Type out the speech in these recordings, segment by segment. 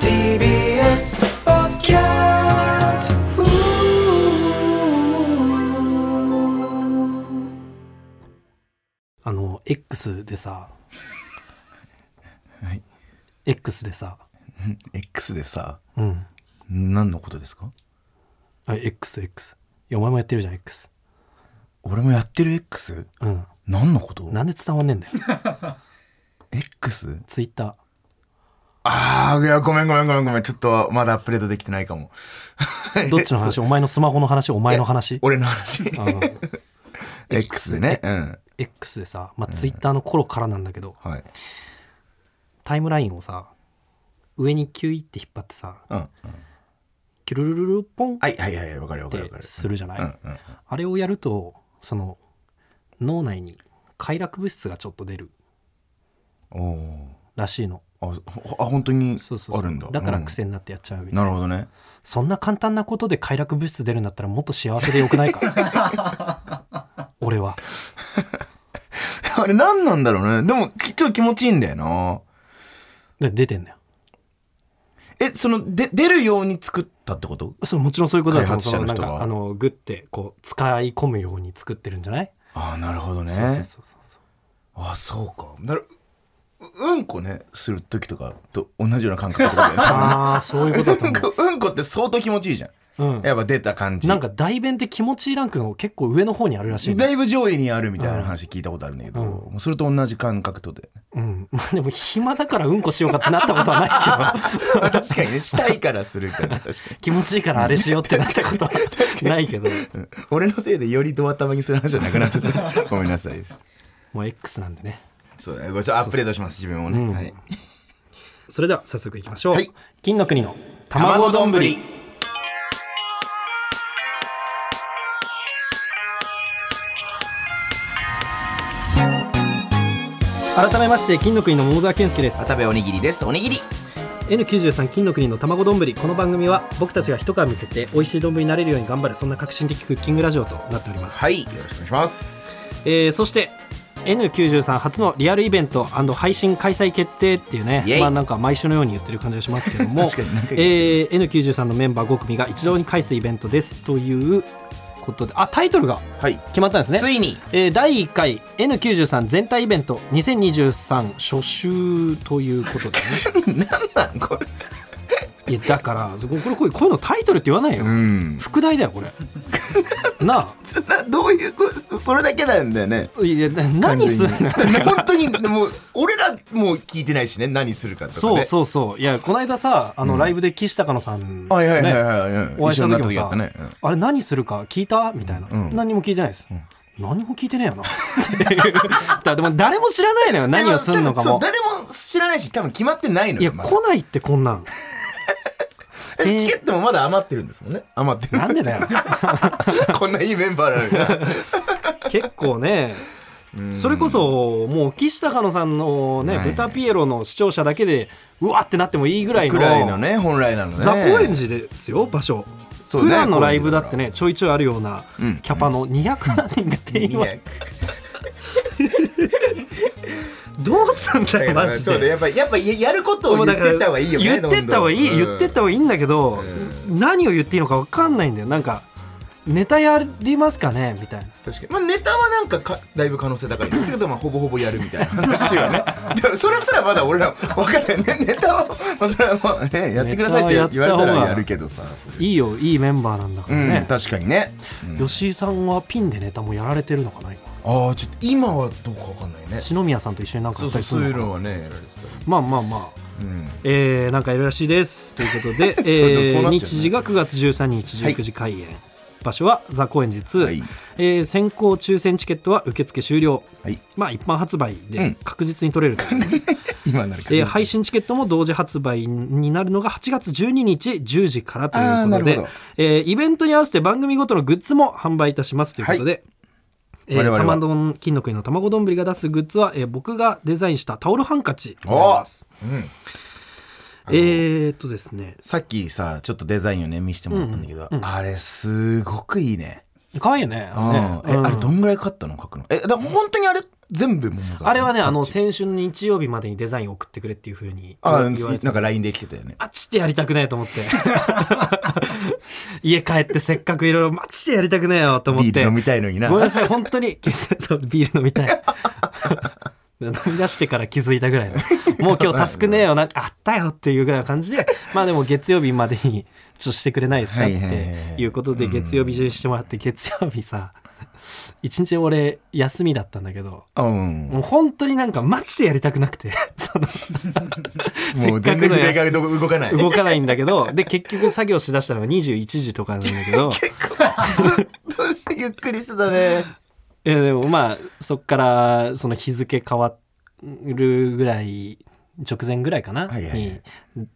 TBS ポッドキャストあの X でさ はい。 X でさ、 X でさ、うん、何のことですかあ XX いやお前もやってるじゃん X 俺もやってる X? うん何のことなんで伝わんねえんだよ ?X? ツイッタああ、いや、ごめんごめんごめんごめん。ちょっとまだアップデートできてないかも。ーどっちの話お前のスマホの話お前の話俺の話。うん、 X でね。うん。 X でさ、まあ、ツイッターの頃からなんだけど、はい。タイムラインをさ上にキュイって引っ張ってさうん。うんキュルルルルポンっはいはいはい。わかるわかるてわかる。するじゃない、うんうんうん。あれをやるとその脳内に快楽物質がちょっと出るおらしいのお。あ、ほあ本当にそうそうそあうるんだ。からうん癖になってやっちゃうみたいななるほどね。 そんな簡単なことで快楽物質出るんだったらもっと幸せでよくないか 俺はあれ何なんだろうね。でも、きちょっと気持ちいいんだよな。で出てんだよえ、その、で、出るように作ったってことそれもちろんそういうことだと思う開発者の人がそなんかあのグッてこう使い込むように作ってるんじゃない、ああ、なるほどね。そうそうそうそうあそうかだからううんこねする時とかと同じような感覚ってことだよねああそういうことだと 多分思うんこうんこって相当気持ちいいじゃんう、うん、やっぱ出た感じなんか代弁って気持ちいいランクの結構上の方にあるらしいねだいぶ上位にあるみたいな話聞いたことあるんだけど、もうそれと同じ感覚とでうん、まあでも暇だからうんこしようかってなったことはない けど確かにねしたいからするみた いな確か気持ちいいからあれしようってなったことはない けどにうん俺のせいでよりドア玉にする話じゃなくなっちゃったごめんなさいですもう X なんでねそうねごめんなさいアップデートします自分をね、はい、それでは早速いきましょう、はい金の国の卵卵丼丼ぶぶりり改めまして金の国の桃沢健介です渡部おにぎりですおにぎり N93 金の国の卵丼ぶりこの番組は僕たちが一皮向けて美味しい丼になれるように頑張るそんな革新的クッキングラジオとなっております、はいよろしくお願いしますえーそして N93 初のリアルイベント配信開催決定っていうねイエ、イまあ、なんか毎週のように言ってる感じがしますけども 確かになんかえー N93 のメンバー5組が一堂に会すイベントですということであタイトルがはい決まったんですねついにえー第1回 N93 全体イベント2023初週ということでね なんこれいやだからそここれこういうこういうのタイトルって言わないよ、うん副題だよこれ ななどういうことそれだけなんだよねあいやな何すんのよ単純に本当にでも俺らもう聞いてないしね何するかとかねそうそうそういやこの間さあのライブで岸高野さん、はいはいはいねはいはいお会いした時もさ、一緒になった時あったねあれ何するか聞いたみたいな、うん何も聞いてないです、何も聞いてねえよな っていうだでも誰も知らないのよ何をするのかでも多分そう誰も知らないし多分決まってないのいやよまだ来ないってこんなんええーチケットもまだ余ってるんですもんね余ってるなんでだよこんないいメンバー なのにな結構ねそれこそもう岸高野さんのね「はいブタピエロ」の視聴者だけでうわってなってもいいぐらいのくらいのね本来なのねザ・高円寺ですよ場所、そう普ね段のライブだってねちょいちょいあるようなうんキャパの200何人が定員は、いやどうすんだよマジそうだで。やっぱやっぱややることもをうだ言っからてった方がいいよね言ってった方がいい、言ってった方がいいんだけど、何を言っていいのか分かんないんだよなんかネタやりますかねみたいな確かにまあネタはなんかかだいぶ可能性高いってことはまあほぼほぼやるみたいな話はねでもそれすらまだ俺ら分かってないねネタは、まあ、それはまあねやってくださいってネタ言はやわった方がれたらやるけどさそれいいよいいメンバーなんだかうらん、ね、確かにね、うん吉井さんはピンでネタもやられてるのかな今ああちょっと今はどうか分かんないね篠宮さんと一緒になんかそやうったそうりすそうるいのうかなのはねやられてたりまあまあまあうんえー、なんかやるらしいですという ことで、そうえそうなー、っちゃうね日時が9月13日19時開演、場所はザ・高円寺2、はいえー先行抽選チケットは受付終了はいまあ一般発売うでん確実に取れると思います、今なるえー配信チケットも同時発売になるのが8月12日10時からとあーいうこなとるでほど、えーイベントに合わせて番組ごとのグッズも販売いたしますということで、えー我々は玉丼金の国の卵丼ぶりが出すグッズは、えー僕がデザインしたタオルハンカチになりますうんえー、っとですねさっきさちょっとデザインをね見せてもらったんだけど、あれすごくいいねかわいいねあれねうんえ、うんあれどんぐらいかかったの書くのえだから本当にあれ全部桃沢あれはねあの先週の日曜日までにデザイン送ってくれっていうふうに言あわなんれてか LINE で来てたよねマジでやりたくねえと思って 家帰ってせっかくいろいろマジでやりたくねえよと思ってビール飲みたいのになごめんなさい本当に そうビール飲みたい 飲み出してから気づいたぐらいのもう今日タスクねえよなあったよっていうぐらいの感じでまあでも月曜日までにちょっとしてくれないですかっはていはいはいはいいうことで月曜日中にしてもらって月曜日さ一日俺休みだったんだけどうんもう本当になんかマジでやりたくなくて そのせもっうかく全然の筆休が動 かないみ動かないんだけどで結局作業しだしたのが21時とかなんだけ どずっとゆっくりしてたねいやでもまあそっからその日付変わるぐらい直前ぐらいかな、はいはいはいに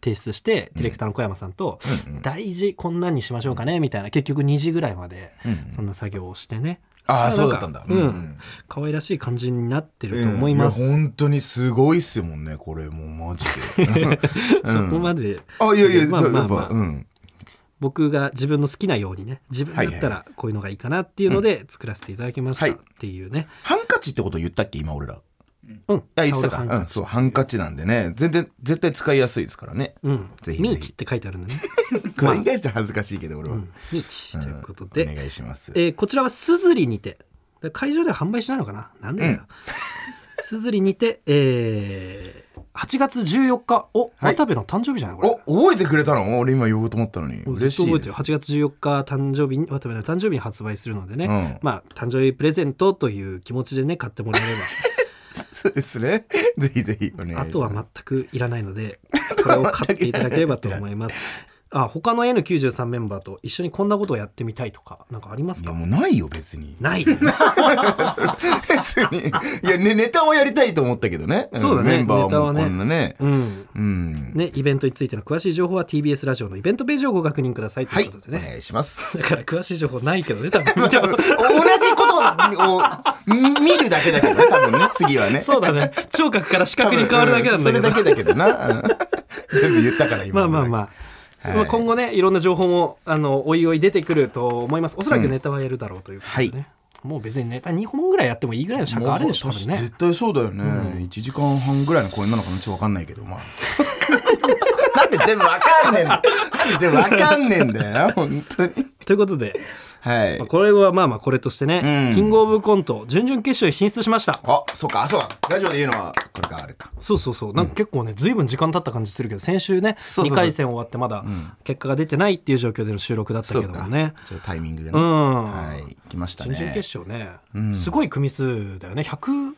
提出してディレクターの小山さんと「大事こんなんにしましょうかね」みたいな結局2時ぐらいまでそんな作業をしてね、あまああそうだったんだかうん可愛らしい感じになってると思います、や本当にすごいっすよもんねこれもうマジ でそこまであいやいやまあまあまあやっぱうん僕が自分の好きなようにね自分だったらこういうのがいいかなっていうので作らせていただきましたはいっていうね、ハンカチってこと言ったっけ今俺らうんあ言ってタたオかルハンうカんチそうハンカチなんでね全然絶対使いやすいですからねうんぜひぜひミーチって書いてあるんでね、 これに対して恥ずかしいけど俺うはんミーチということんでお、願いしますえーこちらはすずりにてだ会場では販売しないのかななんでだよ うんすずりにて、えー8月14日おはい渡部の誕生日じゃないこれお覚えてくれたの俺今言おうと思ったのにずっ嬉とし覚えていでるす8月14日誕生日に渡部の誕生日に発売するのでね、うんまあ誕生日プレゼントという気持ちでね買ってもらえればそうですね ぜひぜひお願いしますあとは全くいらないので、これを買っていただければと思い ます。あ、他の N93 メンバーと一緒にこんなことをやってみたいとか、なんかありますいやかもうないよ別にない。別にいや、ね、ネタをやりたいと思ったけどねそうだねんメンバーはもうネタはねこんなねうん。うんね、イベントについての詳しい情報は TBS ラジオのイベントページをご確認くださいとはいいうことおでね。願いしますだから詳しい情報ないけどね、多 分見ても。同じことを見るだけだけどね多分ね次はねそうだね。聴覚から視覚に変わるだけなんだけそれだど。けだけどな全部言ったからまあ今まあまあ。まあ今後ね、いろんな情報も、あの、おいおい出てくると思います。おそらくネタはやるだろうということでね。はもう別にネタ2本ぐらいやってもいいぐらいの尺あるでしょ、多分ね。絶対そうだよね、1時間半ぐらいの公演なのかなちょっと分かんないけどまあ なんで全部分かんねえんだなんで全部分かんねえんだよな本当に ということで、はいまあ、これはまあまあこれとしてね、うんキングオブコント準々決勝に進出しましたあそっかあそうかラジオで言うのはこれがあるかそうそうそうなんか結構ね随分時間経った感じするけど先週ねそうそうそ2う回戦終わってまだ結果が出てないっていう状況での収録だったけどもねそうかちょっとタイミングがうね、ん、はい来ました準ね々決勝ね、すごい組数だよね100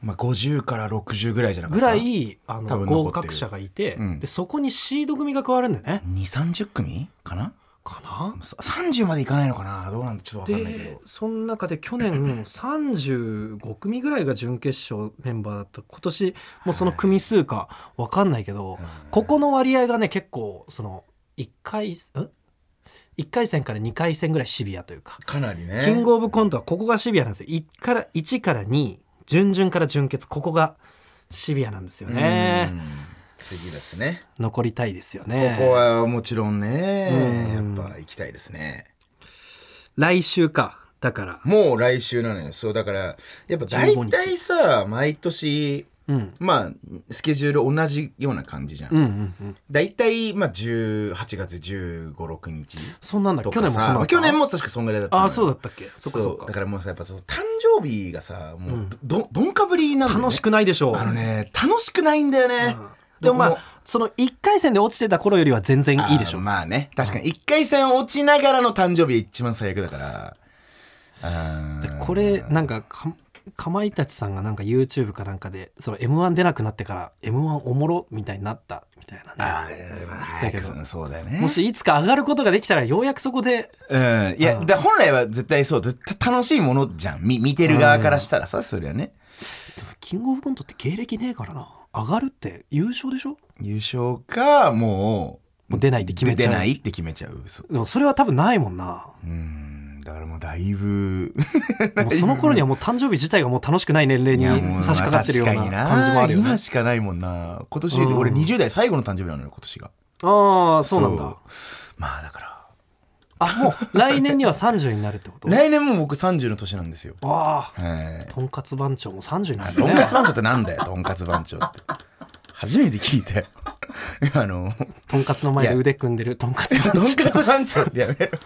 まあ、50から60ぐらいじゃなかぐったらいあ多の分残って合る格者がいて、うんでそこにシード組が加わるんだよね2 3 0組かなかなさ30までいかないのかなどうなんだちょっと分かんないけでどその中で去年 35組ぐらいが準決勝メンバーだった今年もうその組数か分かんないけど、ここの割合がね結構その1回ん1回戦から2回戦ぐらいシビアというか、かなりねキングオブコントはここがシビアなんですよ1から1から2準々から準決ここがシビアなんですよねうん次ですね残りたいですよこねこはもちろんね、うんやっぱ行きたいですね来週かだからもう来週なのよそうだからやっぱ大15日体さ毎年うんまあスケジュール同じような感じじゃん、うんうんうん大体まあ18月1 5六6日そんなんだと去か年さもそんなんだ去年も確かそんぐらいだったのあよあそうだったっけそっかそっそかうだからもうさやっぱその誕生日がさもうど,、どんかぶりなんだよね楽しくないでしょう。あのね楽しくないんだよね、でもまどあこその1回戦で落ちてた頃よりは全然いいでしょあうー。まあね確かに1回戦落ちながらの誕生日が一番最悪だからあでーこれなんかかかまいたちさんがなんか YouTube かなんかでその m 1出なくなってから m 1おもろみたいになったみたいなあね。ーまあだ早けくどそのそうだよねもしいつか上がることができたらようやくそこでうんいやだから本来は絶対そうだた楽しいものじゃん見見てる側からしたらさそれはねキングオブコントって芸歴ねえからな上がるって優勝でしょ優勝かもうもう出ないって決めちゃう出ないって決めちゃうそうでもそれは多分ないもんなうんだからもうだいぶもうその頃にはもう誕生日自体がもう楽しくない年齢に差し掛かってるようまあ確かなに感じもあるよね今しかないもんな今年うん俺20代最後の誕生日なのよ今年がああそうなんだまあだからあもう来年には30になるってこと来年も僕30の年なんですよわあはいとんかつ番長も30になるとんねかつ番長ってなんだよとんかつ番長って初めて聞いて あのとんかつの前で腕組んでるとんかつ番 とん長かつ番長ってやめろ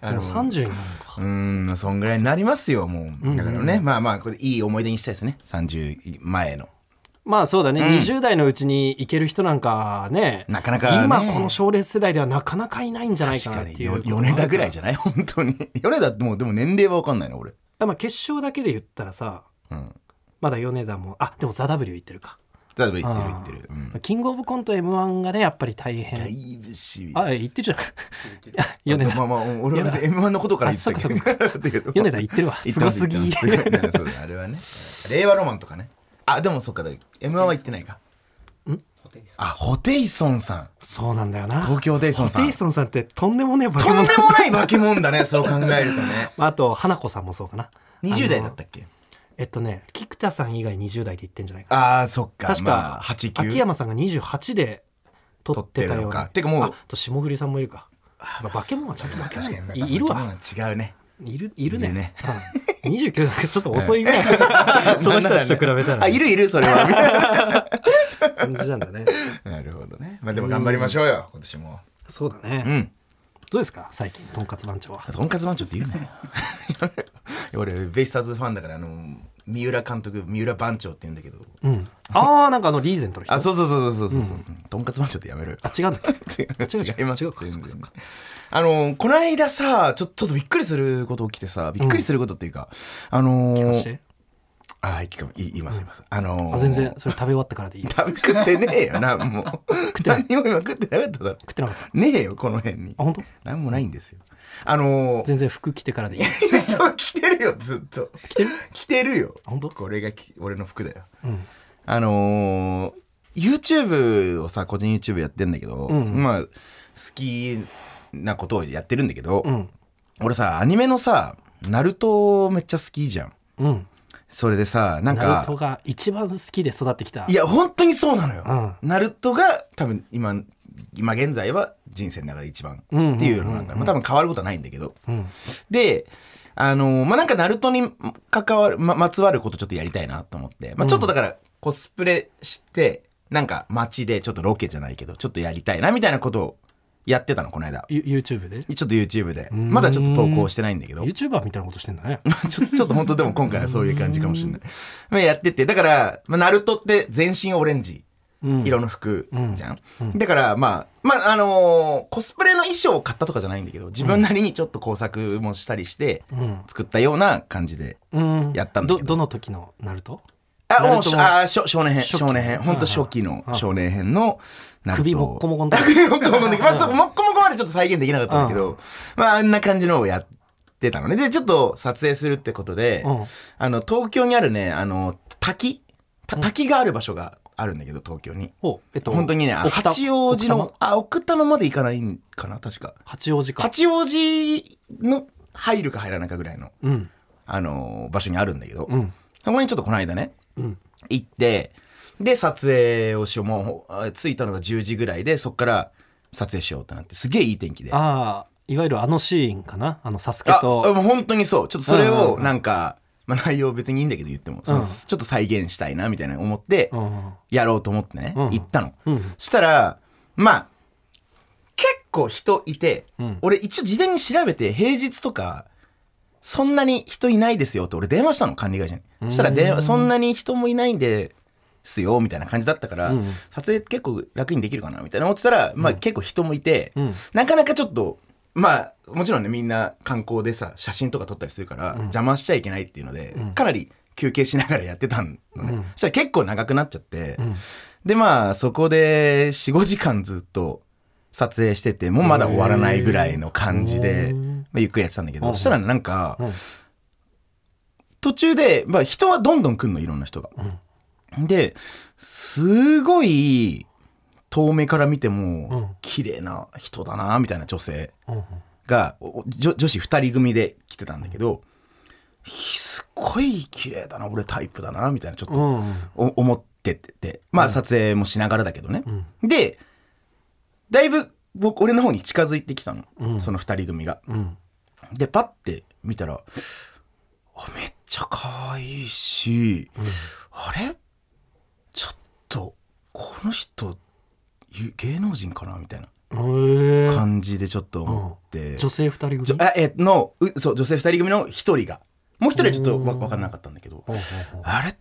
あもうの30になるうーんそんぐらいになりますよもうだからね、まあまあこれいい思い出にしたいですね30前のまあそうだね、20代のうちに行ける人なんかねなかなかね今この奨励世代ではなかなかいないんじゃないか確なかっにていう米田ぐらいじゃない本当に米田ってもうでも年齢は分かんないな俺まあ決勝だけで言ったらさうんまだ米田もあでも「ザ・ w 行ってるか、例えば言ってる言ってる、うん、キングオブコント m 1がねやっぱり大だ変いぶしびれあえ言ってるじゃん米田まあまあ俺は別に M1 のことから言ってたあそっけどだけど米田行ってるわすごすぎ言ってます言ってますそうだあれはね令和ロマンとかねあでもそっかだ M1 は言ってないかあホテイソンさんそうなんだよな東京ホテイソンさんホテイソンさんってとんでもねえ化けとん物でもない化け物だねそう考えるとねまああと花子さんもそうかな20代だあのったっけえっとね菊田さん以外20代で言ってんじゃないかああそっか確まかあ、8 9秋山さんが28で取ってたよう撮ってるのなかてかもうあと霜降りさんもいるか、まあ、化け物はちゃんと化け確か物にいいるわ化け物は違うねいるいるねいるねうん、29なんかちょっと遅いぐらい その人たちと比べたら、あいるいるそれは感じなんだね なるほどねまあでも頑張りましょうよ今年もそうだね、うんどうですか最近とんかつ番長はとんかつ番長って言うなよ 俺ベイスターズファンだからあの三浦監督三浦番長って言うんだけどうんああなんかあのリーゼントの人あそうそうそうそうそうそう、うんとんかつ番長ってやめろよあ違うんだっけ違違うう違う違います違うかそうかそうかあのこの間さちょちょっとびっくりすること起きてさびっくりすることっていうか、あのそーしてあーいきかもい言います言います、あのーあ全然それ食べ終わってからでいい食 食べ食ってねえよなもうってない何にも今食ってなかっただっろてなかったねえよこの辺にあ本当何もないんですよあのー全然服着てからでいいそう着てるよずっと着てる着てるよ本当これがき俺の服だようんあのー、YouTube をさ個人 YouTube やってんだけど、んまあ好きなことをやってるんだけど、うん俺さアニメのさ「ナルトめっちゃ好きじゃんうんそれでさなんナルかトが一番好きで育ってきたいや本当にそうなのよ、うナルトが多分今今現在は人生の中で一番ってうんうんうんうんいうのなんか、まあ、多分変わることはないんだけどうんであのまあなんかナルトに関わるままつわることちょっとやりたいなと思って、まあ、ちょっとだからコスプレして、なんか街でちょっとロケじゃないけどちょっとやりたいなみたいなことをやってたのこの間ちょ You- YouTube でっと YouTube でまだちょっと投稿してないんだけど YouTuber みたいなことしてんだねまあちょちょっと本当でも今回はそういう感じかもしれない。まあやってて、だから、まあ、ナルトって全身オレンジうん色の服じゃん。だから、まあ、まあ、あのーコスプレの衣装を買ったとかじゃないんだけど、自分なりにちょっと工作もしたりしてん、作ったような感じで。うんやったんだけどどどの時のナルトあ、ナもルうトし、もあー、しょ少年編、初期少年編。ほんと初期の少年編 のナルト。首もっこもこの時首もっこもこの時まあ、そこもっこもこまでちょっと再現できなかったんだけど、まあ、あんな感じのをやってたのね。で、ちょっと撮影するってことで、うんあの、東京にあるね、あの、滝た滝がある場所があるんだけど、東京に。をえっと本当にね、奥多八王子奥多の摩、あ、奥多摩まで行かないんかな、確か。八王子か八王子の入るか入らないかぐらいの、うんあの、場所にあるんだけど、うんそこにちょっとこの間ね、うん行って、で、撮影をしよう。もう、あ着いたのが10時ぐらいで、そっから撮影しようってなって、すげえいい天気で。ああいわゆるあのシーンかなあのサスケあ、とそうもう本当にそう。ちょっとそれうんうんを、うんなんか、まあ内容別にいいんだけど言っても、そのうんちょっと再現したいな、みたいな思ってう、んやろうと思ってね、うん行ったの。うんしたら、まあ、結構人いて、うん俺一応事前に調べて、平日とか、そんなに人いないですよって俺電話したの、管理会社に。そしたら電話、そんなに人もいないんですよ、みたいな感じだったから、うん撮影結構楽にできるかな、みたいな思ってたら、まあ結構人もいて、うんなかなかちょっと、まあ、もちろんね、みんな観光でさ、写真とか撮ったりするから、邪魔しちゃいけないっていうので、かなり休憩しながらやってたのね。そしたら結構長くなっちゃって、で、まあ、そこで4、5時間ずっと撮影してて、もうまだ終わらないぐらいの感じで、まあ、ゆっくりやってたんだけど、そしたらなんか、途中で、まあ、人はどんどん来んの、いろんな人が。で、すごい、遠目から見ても、綺麗な人だな、みたいな女性うんが、お女女子2人組で来てたんだけど、ひすっごい綺麗だな、俺タイプだな、みたいな、ちょっとうんお思ってて、まあ撮影もしながらだけどね。で、だいぶ僕俺の方に近づいてきたの、うんその2人組がうんでパッて見たらあめっちゃ可愛いし、あれちょっとこの人ゆ芸能人かなみたいなへー感じでちょっと思って、女性二人じょ組あえのうそう女性2人組の1人がもう1人はちょっとわ分かんなかったんだけどほうほうあれ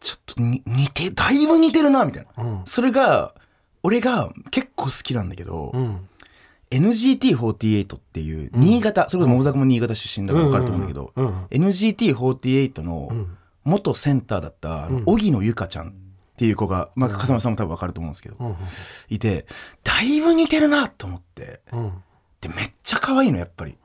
ちょっとに似てだいぶ似てるなみたいほな、ううんそれが俺が結構好きなんだけど、うん NGT48 っていう新潟、それこそ桃沢も新潟出身だから分かると思うんだけど、うんうん NGT48 うのん元センターだったあのうん荻野由香ちゃんっていう子が、まあ、笠間さんも多分分かると思うんですけど、うんいてだいぶ似てるなと思ってうんうんでめっちゃ可愛いのやっぱり。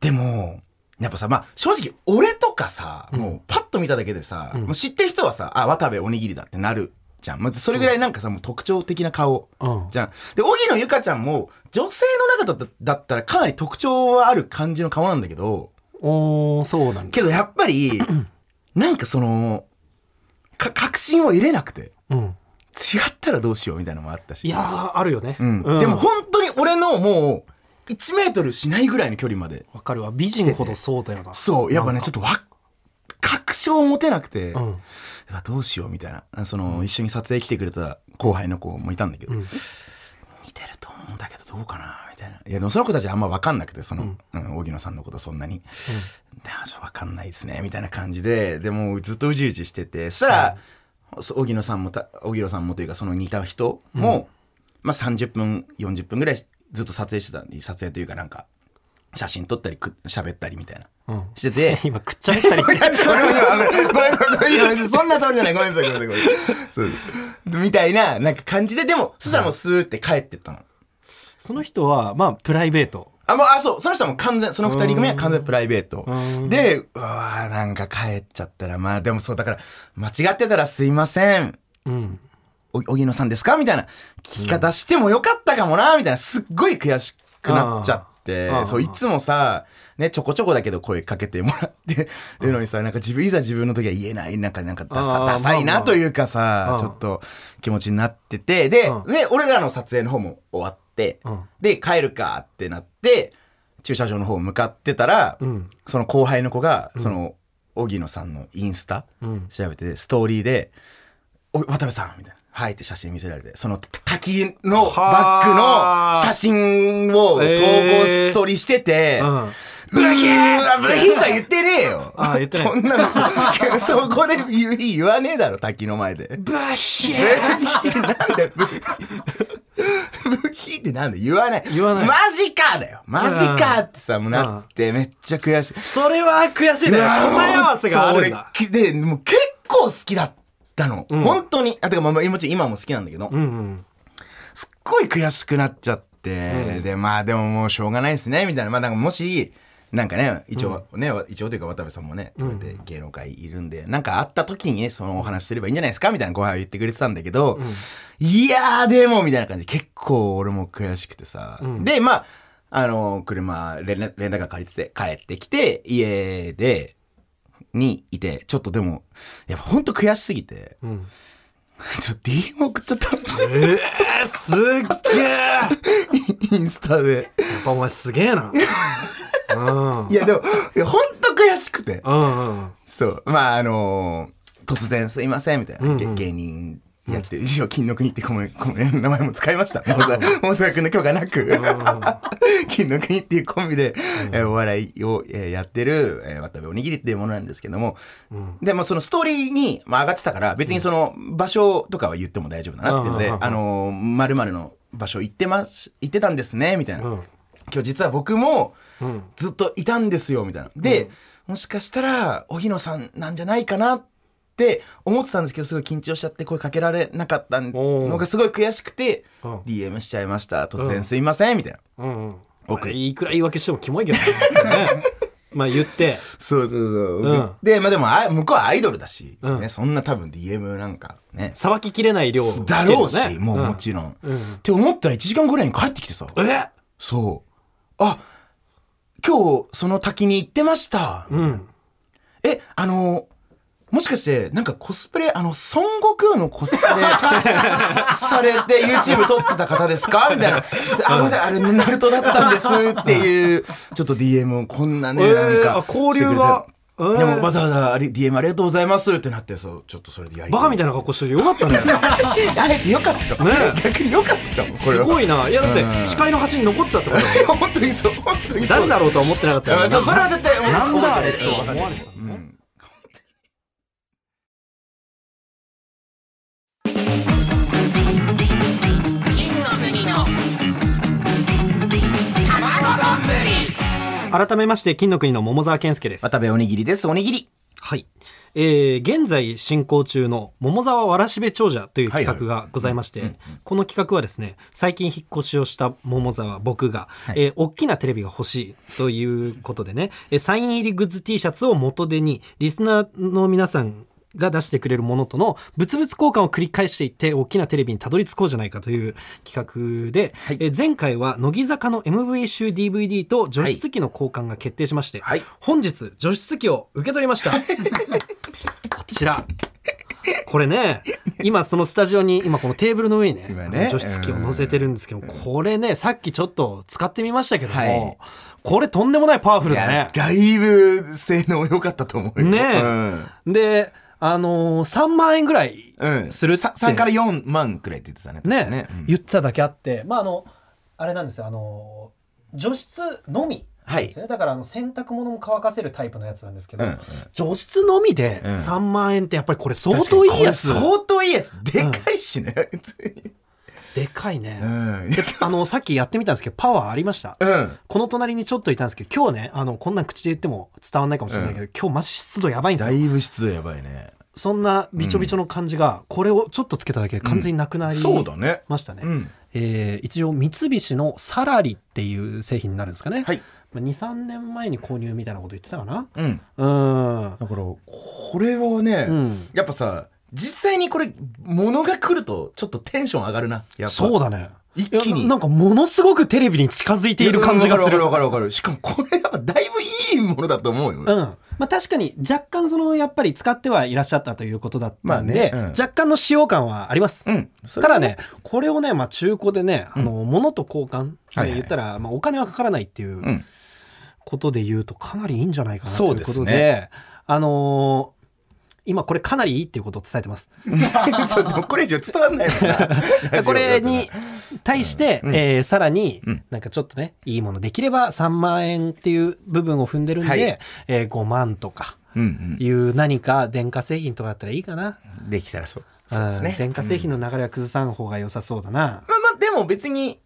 でもやっぱさまあ正直俺とかさ、うんもうパッと見ただけでさ、うんもう知ってる人はさあ渡部おにぎりだってなるじゃん、まあ、それぐらいなんかさもう特徴的な顔うんじゃんで荻野由香ちゃんも女性の中だっただったらかなり特徴はある感じの顔なんだけどおーそうなんだけどやっ ぱりなんかそのか確信を得れなくてうん違ったらどうしようみたいなのもあったしいやーあるよねうんうんでも本当に俺のもう1メートルしないぐらいの距離までわかるわ美人ほどそうだよなそうやっぱなねんかちょっとわ確証を持てなくて、うんうわどうしようみたいなその、一緒に撮影来てくれた後輩の子もいたんだけど、うん似てると思うんだけどどうかなみたいないやでもその子たちはあんま分かんなくてその、うん荻野さんのことそんなに、であちょっと分かんないですねみたいな感じででもうずっとうじうじしててそしたら、そ荻野さんもた荻野さんもというかその似た人も、まあ、30分40分ぐらいずっと撮影してたんで撮影というかなんか写真撮ったりく喋ったりみたいなうんしてて今くっちゃべったり いやちょごめんごめんごめんごめんごめんごめんそんなとんじゃないごめんなさいごめんなさいごめんなさいそうみたいななんか感じででもそしたらもうスーって帰ってったの。その人はまあプライベートあ、もう、あ、そう、その人はもう完全、その二人組は完全プライベートうん。で、うわーなんか帰っちゃったら、まあ、でもそう、だから、間違ってたらすいません。うんお、荻野さんですかみたいな。聞き方してもよかったかもな、みたいな。すっごい悔しくなっちゃってあーあー。そう、いつもさ、ね、ちょこちょこだけど声かけてもらってるのにさ、なんか自分、いざ自分の時は言えない、なんか、なんかダあサ、ーダサいまあまなあというかさう、んちょっと気持ちになってて。でうん、で、俺らの撮影の方も終わってう、んで帰るかってなって駐車場の方向かってたら、うんその後輩の子が、その荻野さんのインスタうん調べててストーリーで「お渡部さん」みたいな「はい」って写真見せられてその滝のバッグはあの写真を投稿ストーリーしてて。うんブヒーブヒーとは言ってねえよあー言ってないそんなのそこで言う言わねえだろ滝の前でブヒブヒーなんだよブヒーブヒーってなんだよ言わない言わないマジかだよマジかってさもうなってめっちゃ悔しいそれは悔しいねうわー答え合わせがあるんだそう俺でもう結構好きだったの、ん本当にあてかまあまあもちろん今も好きなんだけど、うんうんすっごい悔しくなっちゃって、でまあでももうしょうがないですねみたいなまあなんかもしなんかね一応ね、一応というか渡部さんもねこうやって芸能界いるんで、なんかあった時にねそのお話しすればいいんじゃないですかみたいな後輩は言ってくれてたんだけど、いやーでもみたいな感じで結構俺も悔しくてさ、うんでまああの車レンタレンタカー借りてて帰ってきて家でにいてちょっとでもやっぱほんと悔しすぎてうんちょっと DM 送っちゃったえーすっげえやインスタで。っぱお前すげえなうんいやでも、いやほんと悔しくて。うんうんそう。まああのー突然すいませんみたいな。うんうんげ芸人やってる、一応金の国ってごめん、ごめん、名前も使いました。大阪君の許可なく、 金の国っていうコンビで、えーお笑いを、えーやってる、えー渡部おにぎりっていうものなんですけども、うんで、まあそのストーリーに、まあ、上がってたから、別にその場所とかは言っても大丈夫だなっていうので、うんうんうんうんあのー、〇〇の場所行ってます、行ってたんですね、みたいな。うん今日実は僕も、うんずっといたんですよみたいな。で、もしかしたら荻野さんなんじゃないかなって思ってたんですけどすごい緊張しちゃって声かけられなかったおーのがすごい悔しくてうん DM しちゃいました突然すいませんみたいな。うんうん送るいくら言い訳してもキモいけどねね まあ言ってそうそうそう。うんでまあでもあ向こうはアイドルだし、うんね、そんな多分 DM なんかね。さばききれない量をだろうし、来てるよねもうもんちろん,、うんって思ったら1時間ぐらいに帰ってきてさ。えそう。あ今日その滝に行ってました。うんえ、あの、もしかして、なんかコスプレ、あの、孫悟空のコスプ レされて YouTube 撮ってた方ですかみたいな。あ、ごめんなさい、あれ、ナルトだったんですっていう、ちょっと DM をこんなね、えーなんあか。交流がしてくれてでえーもわざわざあり DM ありがとうございますってなって、そう、ちょっとそれでやりバカみたいいな格好してるよかった ねな。あれ、よかったよ。ね 逆によかったよ。これすは。ごいないやだっうてん視界の端に残ってたってことだもん本当にそう、本当にそう。誰だろうとは思ってなかったあよそうそれは絶対、なんだあれっ覚てえてる思われたのうねん改めまして金の国の桃沢健介です渡部おにぎりです、おにぎり。はい、えー現在進行中の「桃沢わらしべ長者」という企画はいがはいございまして、この企画はですね最近引っ越しをした桃沢僕が、えー大きなテレビが欲しいということでね、えーサイン入りグッズ T シャツを元手にリスナーの皆さんが出してくれるものとの物々交換を繰り返していって大きなテレビにたどり着こうじゃないかという企画で、はいえー前回は乃木坂の MV 集 DVD と除湿機の交換が決定しまして、はい本日除湿機を受け取りました。こちら。これね、今そのスタジオに、今このテーブルの上にね、今あねの除湿機を乗せてるんですけど、これね、さっきちょっと使ってみましたけども、はいこれとんでもないパワフルだね。だいぶ性能良かったと思うよ。ねえで、あのー3万円ぐらいうん。うん。するってさ3から4万くらいって言ってたね。ねうん言ってただけあって、まああの、あれなんですよ、あのー除湿のみ。はいですねだからあの洗濯物も乾かせるタイプのやつなんですけど、うんうん除湿のみでうん3万円ってやっぱりこれ相当いいやつ、確かにこれ相当いいやつ。でかいしね。でかいね、うん。あのさっきやってみたんですけどパワーありました、うん。この隣にちょっといたんですけど今日ねあのこんなん口で言っても伝わんないかもしれないけど、今日マジ湿度やばいんですだよいぶ湿度やばいね。そんなびちょびちょの感じが、これをちょっとつけただけで完全になくなりそうだね。ましたね、うんえー一応三菱のサラリっていう製品になるんですかね、はいまあ23年前に購入みたいなこと言ってたかなうん。うんだから、これはね、うんやっぱさ、実際にこれ、物が来ると、ちょっとテンション上がるな。やっぱ。そうだね一気にいやなんかものすごくテレビに近づいている感じがするわかるわかるわかる。しかも、これはだいぶいいものだと思うよ。うんまあ、確かに若干そのやっぱり使ってはいらっしゃったということだったんで、まあねうん若干の使用感はあります、うんただねこれをね、まあ、中古でね、あの物と交換はいはいで言ったら、まあ、お金はかからないっていううんことで言うとかなりいいんじゃないかなといそううでこすとでねあのー今これかなりいいっていうことを伝えて ます。そうでもこれ以上伝わんない もんなこれに対して、えーさらにうんなんかちょっとねいいものできれば3万円っていう部分を踏んでるんで、はいえー5万とかうん、いう何か電化製品とかだったらいいかな。うん、できたらそうそうですうねん電化製品の流れは崩さん方が良さそうだな。まあまあでも別に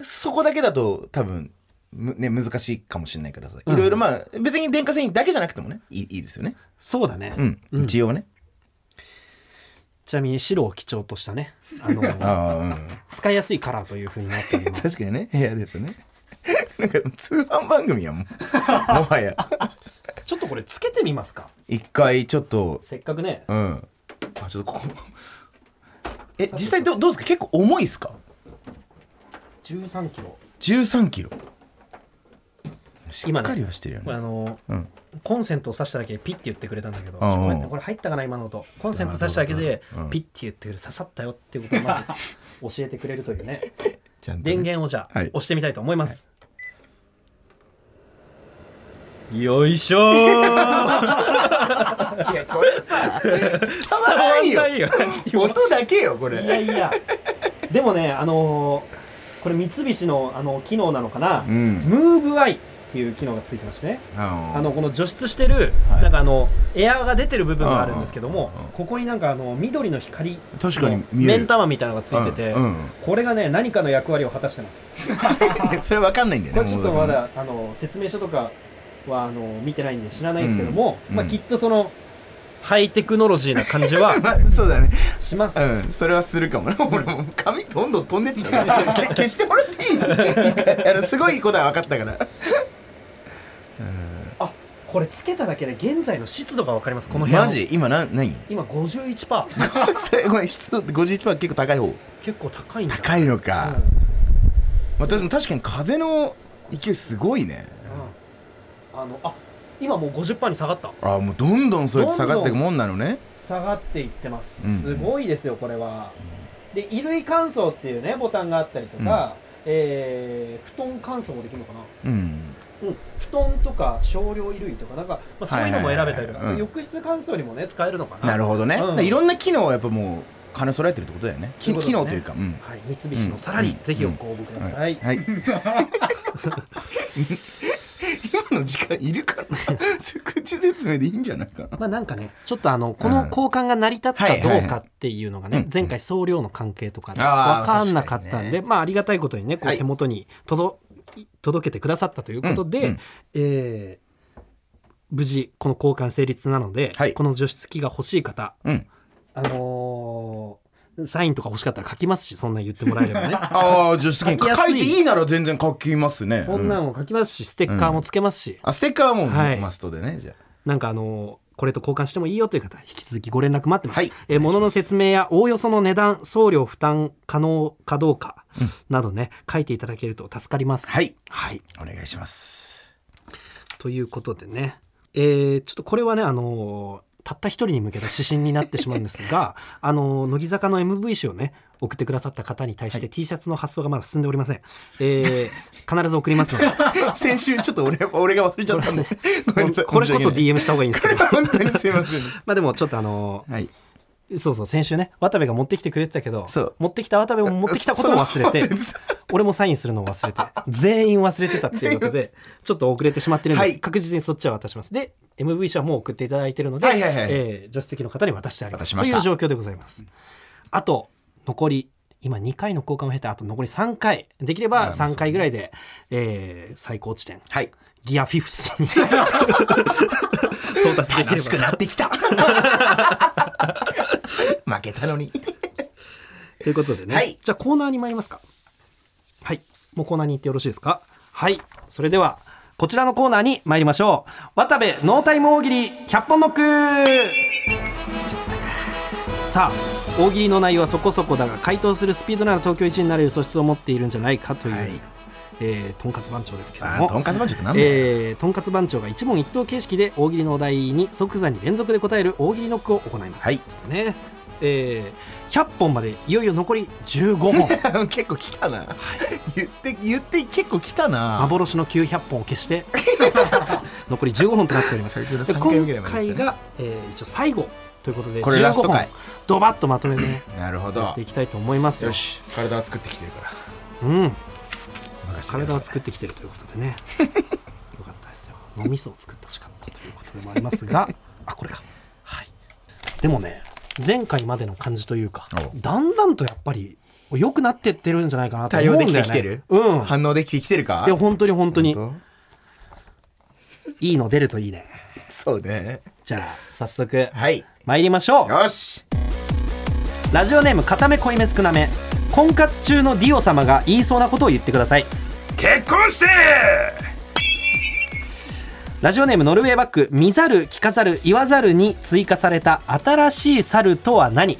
そこだけだと多分むね難しいかもしれないからさいろいろまあ別に電化製品だけじゃなくてもねいいいいですよねそうだね。うん、一応ねちなみに白を基調としたね、あの ああうん使いやすいカラーというふうになっております。 確かにね部屋だとねなんか通販番組やもんもはやちょっとこれつけてみますか。一回ちょっとせっかくね。うんあちょっとここえ実際どどうですか結構重いですか13キロ。 13キロしっ今ねかりはしてるよこれねあの、うんコンセントを挿しただけでピッて言ってくれたんだけど、うんうんちょごめんねこれ入ったかな今の音。コンセント挿しただけでうんピッて言ってくれる刺さったよっていうことをまず教えてくれるという ね。ちゃんとね電源をじゃあ、はい押してみたいと思います、よ いしょーいやこれさ 伝わらん伝わんなよいよ 音だけよこいやれいやでもねあのーこれ三菱のあの機能なのかな、んムーブアイっていう機能がついてましてねああのこの除湿してる、はいなんかあのエアーが出てる部分があるんですけども、うんうんうんここになんかあの緑の光確かに見える目ん玉みたいなのがついてて、うんうんこれがね何かの役割を果たしてます それわかんないんだよこねれちょっとまだあの説明書とかはあの見てないんで知らないんですけども、うんまあ、うんきっとそのハイテクノロジーな感じはまあ そうだねし ます。うんそれはするかもな 俺もう髪どんどん飛んでっちゃう からけ消してもらっていい 一回あのすごいことは分かったからあこれつけただけで現在の湿度がわかりますこの部屋のマジ今な何今51% それごめん湿度って51%は結構高い方結構高いんじゃん高いのうかん、まあ、でも確かに風の勢いすごいねうんあのあ今もう50%に下がったああもうどんどんそうやって下がっていどんくどもんなのね下がっていってます、うんすごいですよこれは、で衣類乾燥っていうねボタンがあったりとか、えー布団乾燥もできるのかなうんうん、布団とか少量衣類とかなんか、まあ、そういうのも選べたりとか、はいはいはいはいうん浴室乾燥にもね使えるのかななるほどね、うんだからいろんな機能をやっぱもう兼ね揃えてるってことだよねそういうきことですね機能というか、うんはい、三菱のサラリー、うんぜひご応募ください、はい。今の時間いるかな口説明でいいんじゃないかな。まあなんかねちょっとあのこうんの交換が成り立つかはいどはういかはっていうのがうんねうん前回送料の関係とかで分あーかんなかったん確かでにまあありがたいことにねこはうい手元に届届けてくださったということうんうでんえー無事この交換成立なのではいこの除湿器が欲しい方うん。あのーサインとか欲しかったら書きますしそんなん言ってもらえれば ねああ、助手席書きやす書いいていいなら全然書きますね。そんなうんんも書きますしステッカーもつけますしあ、ステッカーはもうはいマストでね、じゃあ。なんかあのこれと交換してもいいよという方引き続きご連絡待ってます、はいえー物の説明やおおよその値段送料負担可能かどうかなどね、書いていただけると助かりますはい。はいお願いします。ということでねえーちょっとこれはねあのーたった一人に向けた指針になってしまうんです があのー乃木坂の MV 誌をね送ってくださった方に対して T シャツの発送がまだ進んでおりません、えー必ず送りますの で 先週ちょっと俺俺が忘れちゃったん で。ごめんなさいこれこそ申し DM した方がいいん ですけど訳ない本当にすいませんでしまあでもちょっとあのーた。はい。そうそう先週ね渡部が持ってきてくれてたけどそう持ってきた渡部も持ってきたことを忘れてそう忘れてた俺もサインするのを忘れて全員忘れてたって いうことでちょっと遅れてしまってるんです、はい確実にそっちは渡しますで MV 社もう送っていただいてるので、はいはいはいえー助手席の方に渡してありま渡すしましとたいう状況でございますあと残り今2回の交換を経てあと残り3回できれば3回ぐらいで、えー最高地点はい。ギアフィフスに到 達でき楽れしばくなってきた。負けたのに。ということでね、はいじゃあコーナーに参りますかはいもうコーナーに行ってよろしいですかはいそれではこちらのコーナーに参りましょう渡部ノータイム大喜利100本ノックさあ大喜利の内容はそこそこだが回答するスピードなら東京一になれる素質を持っているんじゃないかという、はいえーとんかつ番長ですけどあもー、とんかつまんじゅうってなんだよ。えー、とんかつ番長が一問一答形式で大喜利のお題に即座に連続で答える大喜利ノックを行います、はいねえー、100本までいよいよ残り15本 結構来たな、言って言って結構来たな幻の900本を消して 残り15本となっております最初ので3回目ぐら今いまでで回すねが、えー、一応最後ということでこれラス15ト本回ドバッとまとめて、ね、なるほやどっていきたいと思いますよよし体は作ってきてるからうん、任せてください体を作ってきてるということで ねよかったですよ脳みそを作ってほしかったということでもあります があこれかはいでもね前回までの感じというかおだんだんとやっぱり良くなってってるんじゃないかなと対思う応んだでよねきてきてる、うんい反応できてきてるかや本当に本当に本いいの出るといいね当そうねじゃあ早速はい参りましょうよしラジオネーム片目濃いめ少なめ婚活中のディオ様が言いそうなことを言ってください結婚してラジオネームノルウェーバック見ざる聞かざる言わざるに追加された新しい猿とは何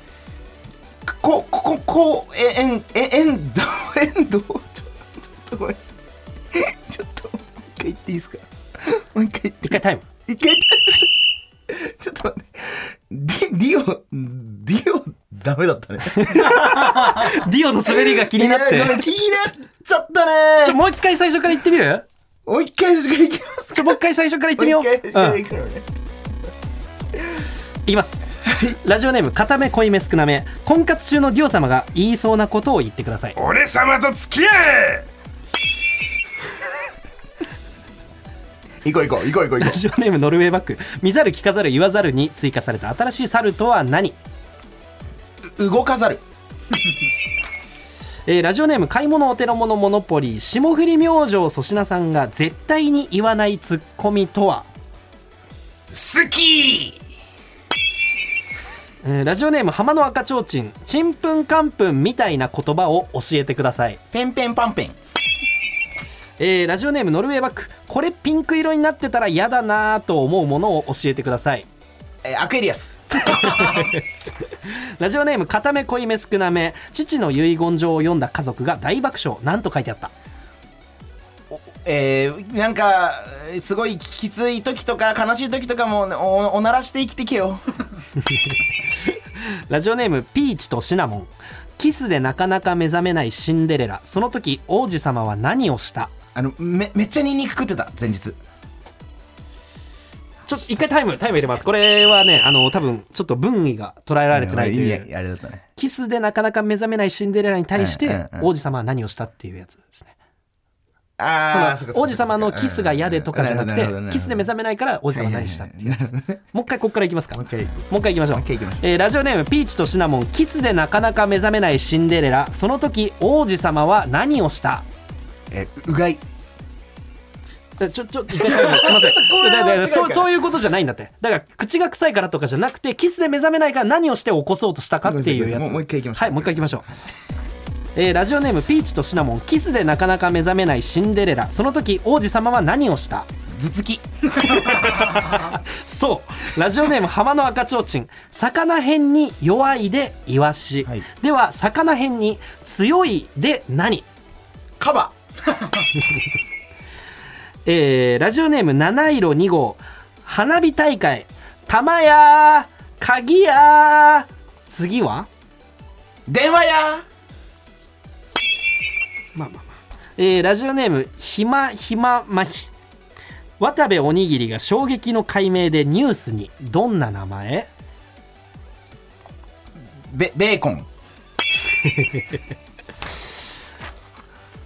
ここここええんええんど えんどちょちょっとごめんちょっともう一回言っていいですかもう一回言って一回タイム一回ちょっと待ってディディオディオダメだったね ディオの滑りが気になっいやごめんて気になっちゃったちょねもう一回最初から言ってみ るもう一回最初からいきますちょもう一回最初から言ってみよう、もう一回うん、最初からいくのねいきますラジオネーム片目濃いめ少なめ婚活中のディオ様が言いそうなことを言ってください俺様と付き合え行こう行こう行こう行こう行ラこジオネームノルウェーバック見ざる聞かざる言わざるに追加された新しい猿とは何、う動かざる えーラジオネーム買い物お手の物モノポリー霜降り明星粗品さんが絶対に言わないツッコミとは好きえーラジオネーム浜の赤ちょうちんちんぷんかんぷんみたいな言葉を教えてください、ペンペンパンペンえーラジオネームノルウェーバックこれピンク色になってたら嫌だなぁと思うものを教えてくださいえーアクエリアスラジオネーム片目濃いめ少なめ父の遺言状を読んだ家族が大爆笑なんと書いてあったえー、なんかすごいきつい時とか悲しい時とかもおおならして生きてけよラジオネームピーチとシナモンキスでなかなか目覚めないシンデレラその時王子様は何をしたあのめめっちゃニンニク食ってた前日ちょっと一回タイムタイム入れますこれはねあの多分ちょっと分位が捉えられてないとい意う味あれだったねキスでなかなか目覚めないシンデレラに対しうんてうんうん王子様は何をしたっていうやつですねあーそそっかそっのか王子様のキスが嫌でとかじゃなくるほどるほてどキスで目覚めないから王子様は何したっていうやつもう一回ここからいきますかもう一回もう一回いきましょうもう一回行きましょうえーラジオネームピーチとシナモンキスでなかなか目覚めないシンデレラその時王子様は何をしたえううがいえちょちょ 一回すみませんこれだはから違うからそうそういうことじゃないんだってだから口が臭いからとかじゃなくてキスで目覚めないから何をして起こそうとしたかっていうやもつうもう一回いきましょうはいもう一回いきましょうえーラジオネームピーチとシナモンキスでなかなか目覚めないシンデレラその時王子様は何をした頭突きそうラジオネーム浜の赤ちょうちん魚辺に弱いでイワシ、はいでは魚辺に強いで何カバえーラジオネーム七色2号花火大会玉や鍵や次は電話やまあまあまあ、えーラジオネームひまひままひ渡部おにぎりが衝撃の解明でニュースにどんな名前ベベーコン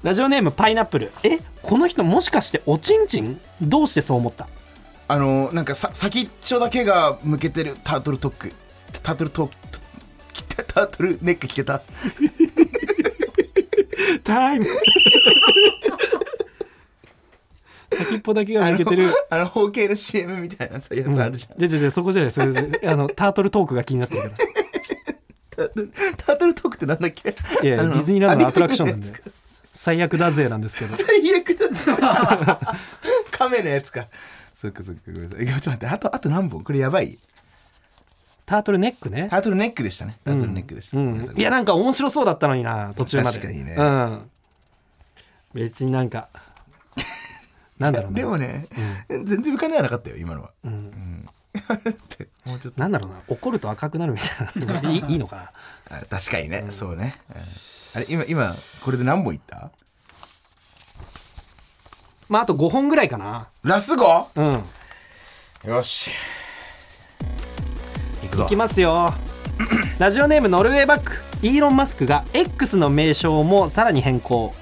ラジオネームパイナップルえこの人もしかしておちんちんどうしてそう思ったあのなんかさ先っちょだけが向けてるタートルトックタートルトック着てタートルネック着てたタ イム先っぽだけが抜けてるあの方形の CM みたいなさやつあるじゃん、じゃじゃじゃそこじゃないそ れそれあのタートルトークが気になってるからタートルタートルトックってなんだっけいやいやあのディズニーランドのアトラクションなんであディズニーのやつか最悪だぜなんですけど 最悪だなカメのやつかそっかそっかごめんなさいいやちょっと待ってあとあと何本これやばいタートルネックねタートルネックでしたねタートルネックでした、うごめんなさんいいやなんか面白そうだったのにな途中まで確かにねうん別になん かなんだろうでなもね、全然浮かんではなかったよ今のは、うんだってもうちょっとなんだろうな怒ると赤くなるみたいないいいいのかなあ確かにね、そうね、うんあれ今今これで何本いったまああと5本ぐらいかなラスゴうんよしいくぞいきますよラジオネームノルウェーバックイーロン・マスクが X の名称もさらに変更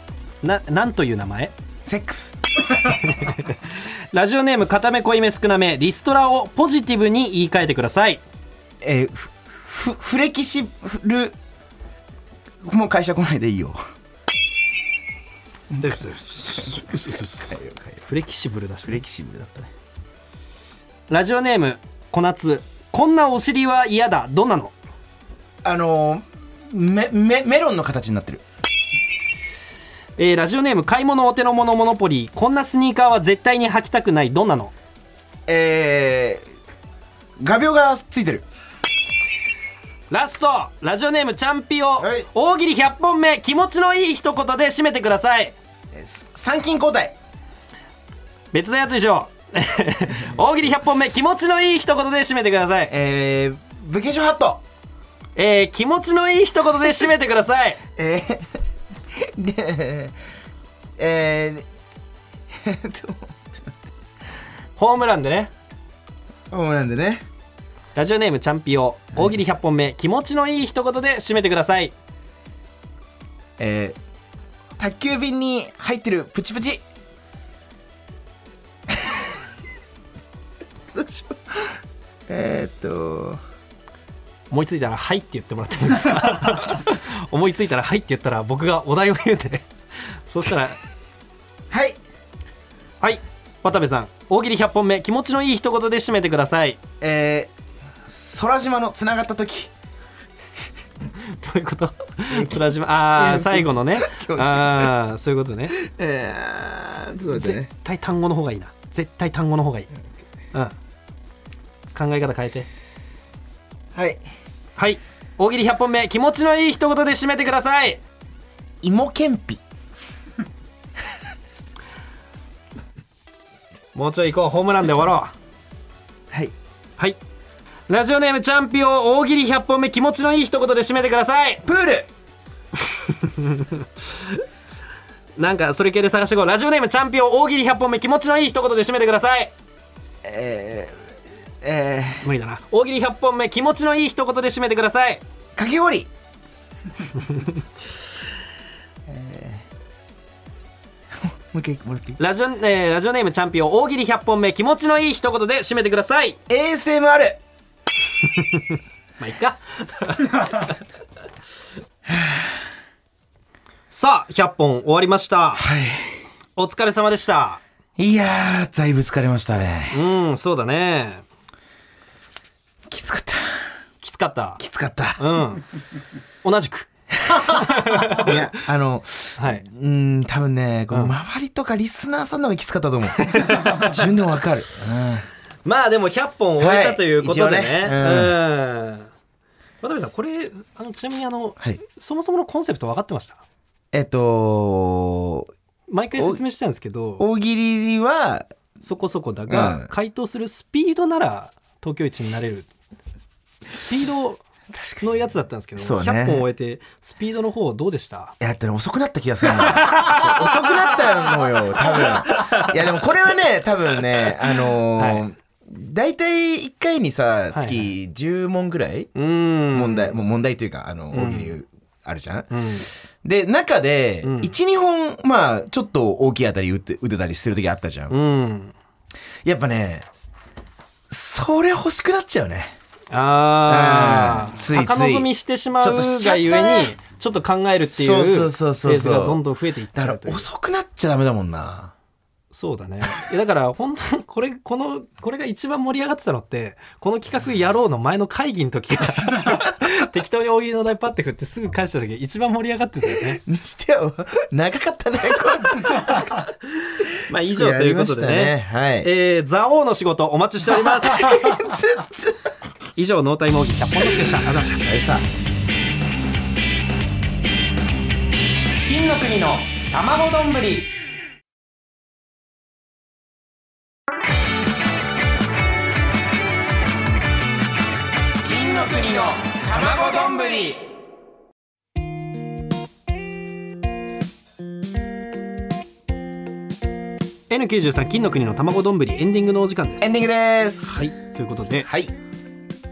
ななんという名前セックスラジオネーム片目濃いめ少なめリストラをポジティブに言い換えてくださいえーふふフレキシブルもう会社来ないでいいよフレキシブルだしフレキシブルだったねラジオネーム小夏こんなお尻は嫌だどんなのあのー、めめメロンの形になってるえーラジオネーム買い物お手の物モノポリーこんなスニーカーは絶対に履きたくないどんなのえー、画鋲がついてるラストラジオネームチャンピオン、はい大喜利100本目気持ちのいい一言で締めてくださいえーす参勤交代別のやつでしょう 大喜利100本目気持ちのいい一言で締めてくださいえー、武家書ハットえー、気持ちのいい一言で締めてくださいえー、で えー、えーっホームランでねともうなんでねラジオネームチャンピオン大喜利100本目気持ちのいい一言で締めてくださいえー、宅急便に入ってるプチプチどうしようえー、っと思いついたら「はい」って言ってもらってもいいですか 思いついたら「はい」って言ったら僕がお題を言うてそしたら「はいはい渡部さん大喜利100本目気持ちのいい一言で締めてくださいえー、空島のつながった時」どういうこと空島ああ最後のね 気持ち悪いああそういうことねえー、ちょっと待って絶ね対単語の方がいいな絶対単語の方がいい、うん、考え方変えてはいはい大喜利100本目気持ちのいい一言で締めてください芋けんぴもうちょい行こうホームランで終わろうはいはいラジオネームチャンピオン大喜利100本目気持ちのいい一言で締めてくださいプールなんかそれ系で探していこうラジオネームチャンピオン大喜利100本目気持ちのいい一言で締めてくださいえー、え無理だな大喜利100本目気持ちのいい一言で締めてくださいー、かき 氷えー、もう一 回もらっていいラジオ,、えーラジオネームチャンピオン大喜利100本目気持ちのいい一言で締めてください ASMR まあいいか さあ100本終わりました、お疲れ様でしたいやーだいぶ疲れましたねうんそうだねきつかったきつかったきつかったうん同じくいやあのはい、うん多分ねこの周りとかリスナーさんの方がきつかったと思う自分でもわかる、まあでも100本終えはたいということでね,、一応ねう、うん渡辺さんこれあのちなみにあの、はいそもそものコンセプト分かってましたえっと毎回説明してたんですけど大喜利はそこそこだが、うん回答するスピードなら東京一になれるスピードのやつだったんですけど、そうね100本終えてスピードの方どうでしたいやだってね遅くなった気 がするな遅くなったのよ多分いやでもこれはね多分ねあのーは大体1回にさはい月10問ぐらいうん問題、もう問題というかあの大喜利あるじゃん、うんで中でうん12、本まあちょっと大きい当たり打って打てたりする時あったじゃん、うんやっぱねそれ欲しくなっちゃうねあうあんついつい高望みしてしまちょうっとしちゃがったねゆえにちょっと考えるっていうフそうそうそうそうそうェーズがどんどん増えていっちだゃかうといらう遅くなっちゃダメだもんなそうだねいやだから本当にこれこのこれが一番盛り上がってたのってこの企画やろうの前の会議の時が 適当に大喜利の題パッて振ってすぐ返した時が一番盛り上がってたよねにしては 長かったねまあ以以上ということでねはいえー、ザ王の仕事お待ちしております 以上ノータイム大喜利100本のでしたありがとうございましたでした金の国の卵丼ぶり金の国の卵丼ぶり N93 金の国の卵丼ぶりエンディングのお時間ですエンディングですはいということではい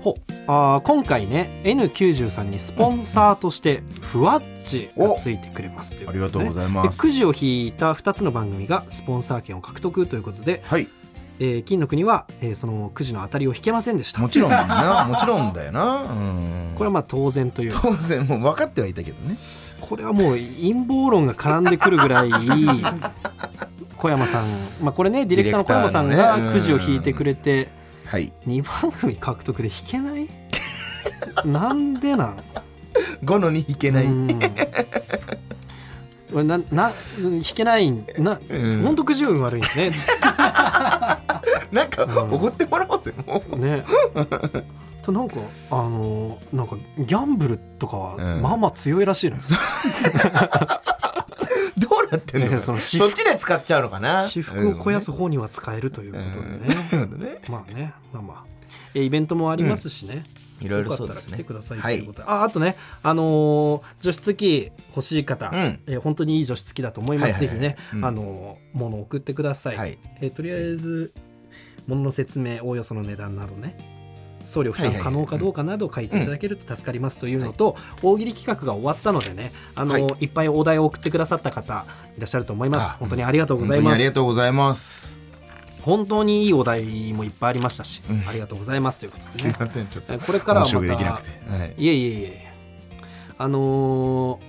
ほあー今回ね N93 にスポンサーとしてふわっちがついてくれますということで、ね、ありがとうございまですくじを引いた2つの番組がスポンサー権を獲得ということで、はいえー金の国は、えーそのくじの当たりを引けませんでしたもちろ んなもちろんだよなうんこれはまあ当然という当然もう分かってはいたけどねこれはもう陰謀論が絡んでくるぐらい 小山さん、まあ、これねディレクターの小山さんディレクターがのねうくんじを引いてくれてはい2番組獲得で引けない なんでなの5の2引けない、うん俺なな引けないな、うんほんとくじ運悪いんですね なんかうんおごってもらおうぜもうねとなんかあのーなんかギャンブルとかはうんまあまあ強いらしいのよ、どうなってんのいかやなそその私服っちで使っちゃうのかな私服を肥やすうん方には使えるということでね、なるほどねまあね、まあまあ。えーイベントもありますしね。いろよいろかそっうたでらす来てねくださいとはいいうことで。あ、あとね、あのー除湿機欲しい方、うんえー本当にいい除湿機だと思います。はいはいはいぜひうね、んあのー、ものを送ってください。はいえーとりあえず、ものの説明、おおよその値段などね。送料負担可能かどうかなどを書いていただけると助かりますというのと、大喜利企画が終わったのでね、あのーいっぱいお題を送ってくださった方いらっしゃると思いますあ。本当にありがとうご本ざ当いにまありがすと。うございます本当にいいお題もいっぱいありましたし、うんありがとうございますということですすいね。ませんちょっとえこれからはまた面白くできなくてはいいえいえいえ、あのー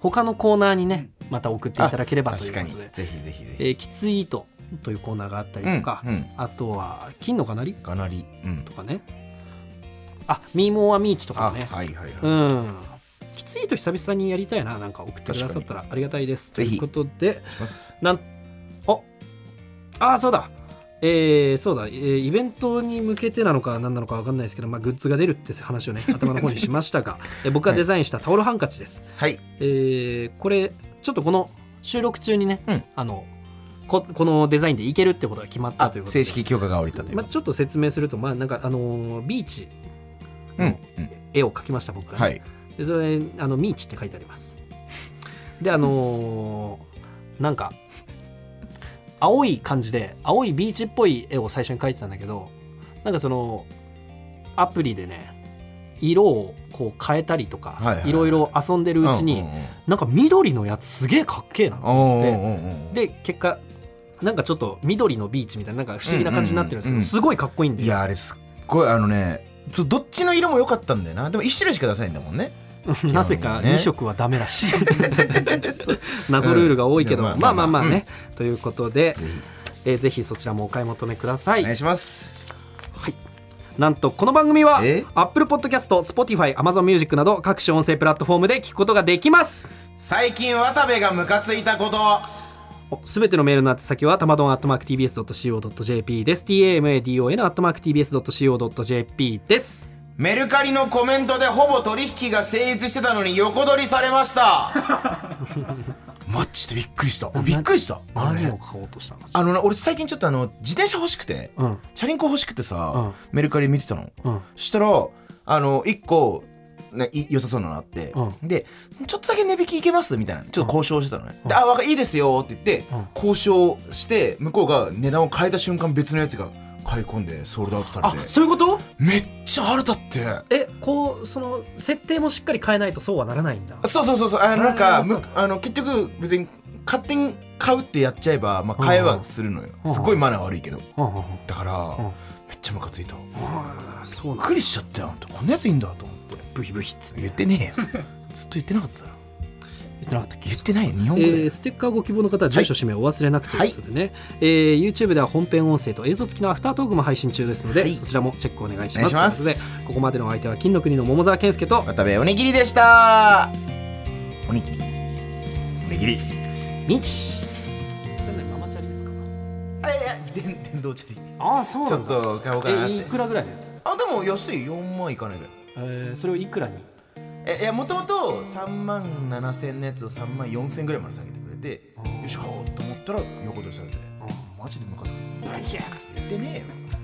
他のコーナーにね、また送っていただければとい確うこかにとで、ぜひぜひぜえひーきついートというコーナーがあったりうんとか、うんあとは金のかなりかなりうんとかね、あミーモーはミーチとあかはね、いはいはいうん。きついと久々にやりたいな、なんか送ってくださったらありがたいです。とぜいうひことで、しますなんああーそうだえー、そうだ、えーイベントに向けてなのか何なのか分かんないですけど、まあ、グッズが出るって話を ね頭の方にしましたがえ僕がデザインしたタオルハンカチです、はいえーこれちょっとこの収録中にね、うんあのここのデザインでいけるってことが決まったということで正式許可が下りたというまこあ、とちょっと説明すると、まあ、なんか、あのービーチうんうん絵を描きました僕がね、はいでそれあのミーチって書いてありますであのーなんか青い感じで青いビーチっぽい絵を最初に描いてたんだけどなんかそのアプリでね色をこう変えたりとか、はいはいはいいろいろ遊んでるうちに、んんんなんか緑のやつすげえかっけえなおーおーおーおーで結果なんかちょっと緑のビーチみたいななんか不思議な感じになってるんですけど、うんうんうんすごいかっこいいんでいやあれすっごいあのねちょどっちの色も良かったんだよなでも1種類しか出さないんだもんね なぜかね2色はダメらしい 謎ルールが多いけど、うんままああままあまあまああね、ということで、えーぜひそちらもお買い求めください、お願いしますなんとこの番組はえ Apple Podcast、Spotify、AmazonMusic など各種音声プラットフォームで聞くことができます最近渡部がムカついたことすべてのメールの宛先はたまどん atmarktbs.co.jp です tamadon.atmarktbs.co.jp ですメルカリのコメントでほぼ取引が成立してたのに横取りされましたマッチでびっくりしたびっくりしたあの何をね買おうとしたのあのね俺最近ちょっとあの自転車欲しくて、うんチャリンコ欲しくてさ、メルカリ見てたの、うんそしたらあの1個ね、い良さそうなのあって、うでちょっとだけ値引きいけますみたいなちょっと交渉してたのね、であわかいいですよって言って、交渉して向こうが値段を変えた瞬間別のやつが買い込んでソールドアウトされあてそういうことめっちゃ腹立ってえこうその設定もしっかり変えないとそうはならないんだそうそうそうそうあのなんかあーそうむあの結局別に勝手に買うってやっちゃえば、まあ、買えはするのよすごいマナー悪いけどうんうんうんだからんめっちゃムカついたびっあそうなんだくりしちゃったよこんなやついいんだと思ってブヒブヒっつって言ってね えよずっと言ってなかっただろ言ってなかったっけ言ってない日本え語でーステッカーご希望の方は住所氏名をお忘れなくということでね、えー YouTube では本編音声と映像付きのアフタートークも配信中ですので、そちらもチェックお願いしますお願いしますということでここまでのお相手は金の国の桃沢健介と渡部おにぎりでしたおにぎりおにぎりみちそれ何ママチャリですかあいやいや電電動チャリああそう ちなょっんだと買おうかなっえいてくらぐらいのやつ、あでも安い4万いかないぐらいえーそれをいくらにえいやもともと3万7千のやつを3万4千ぐらいまで下げてくれて、うんよし買おうと思ったら横取りされて、マジでムカつくいやつって言ってねえよ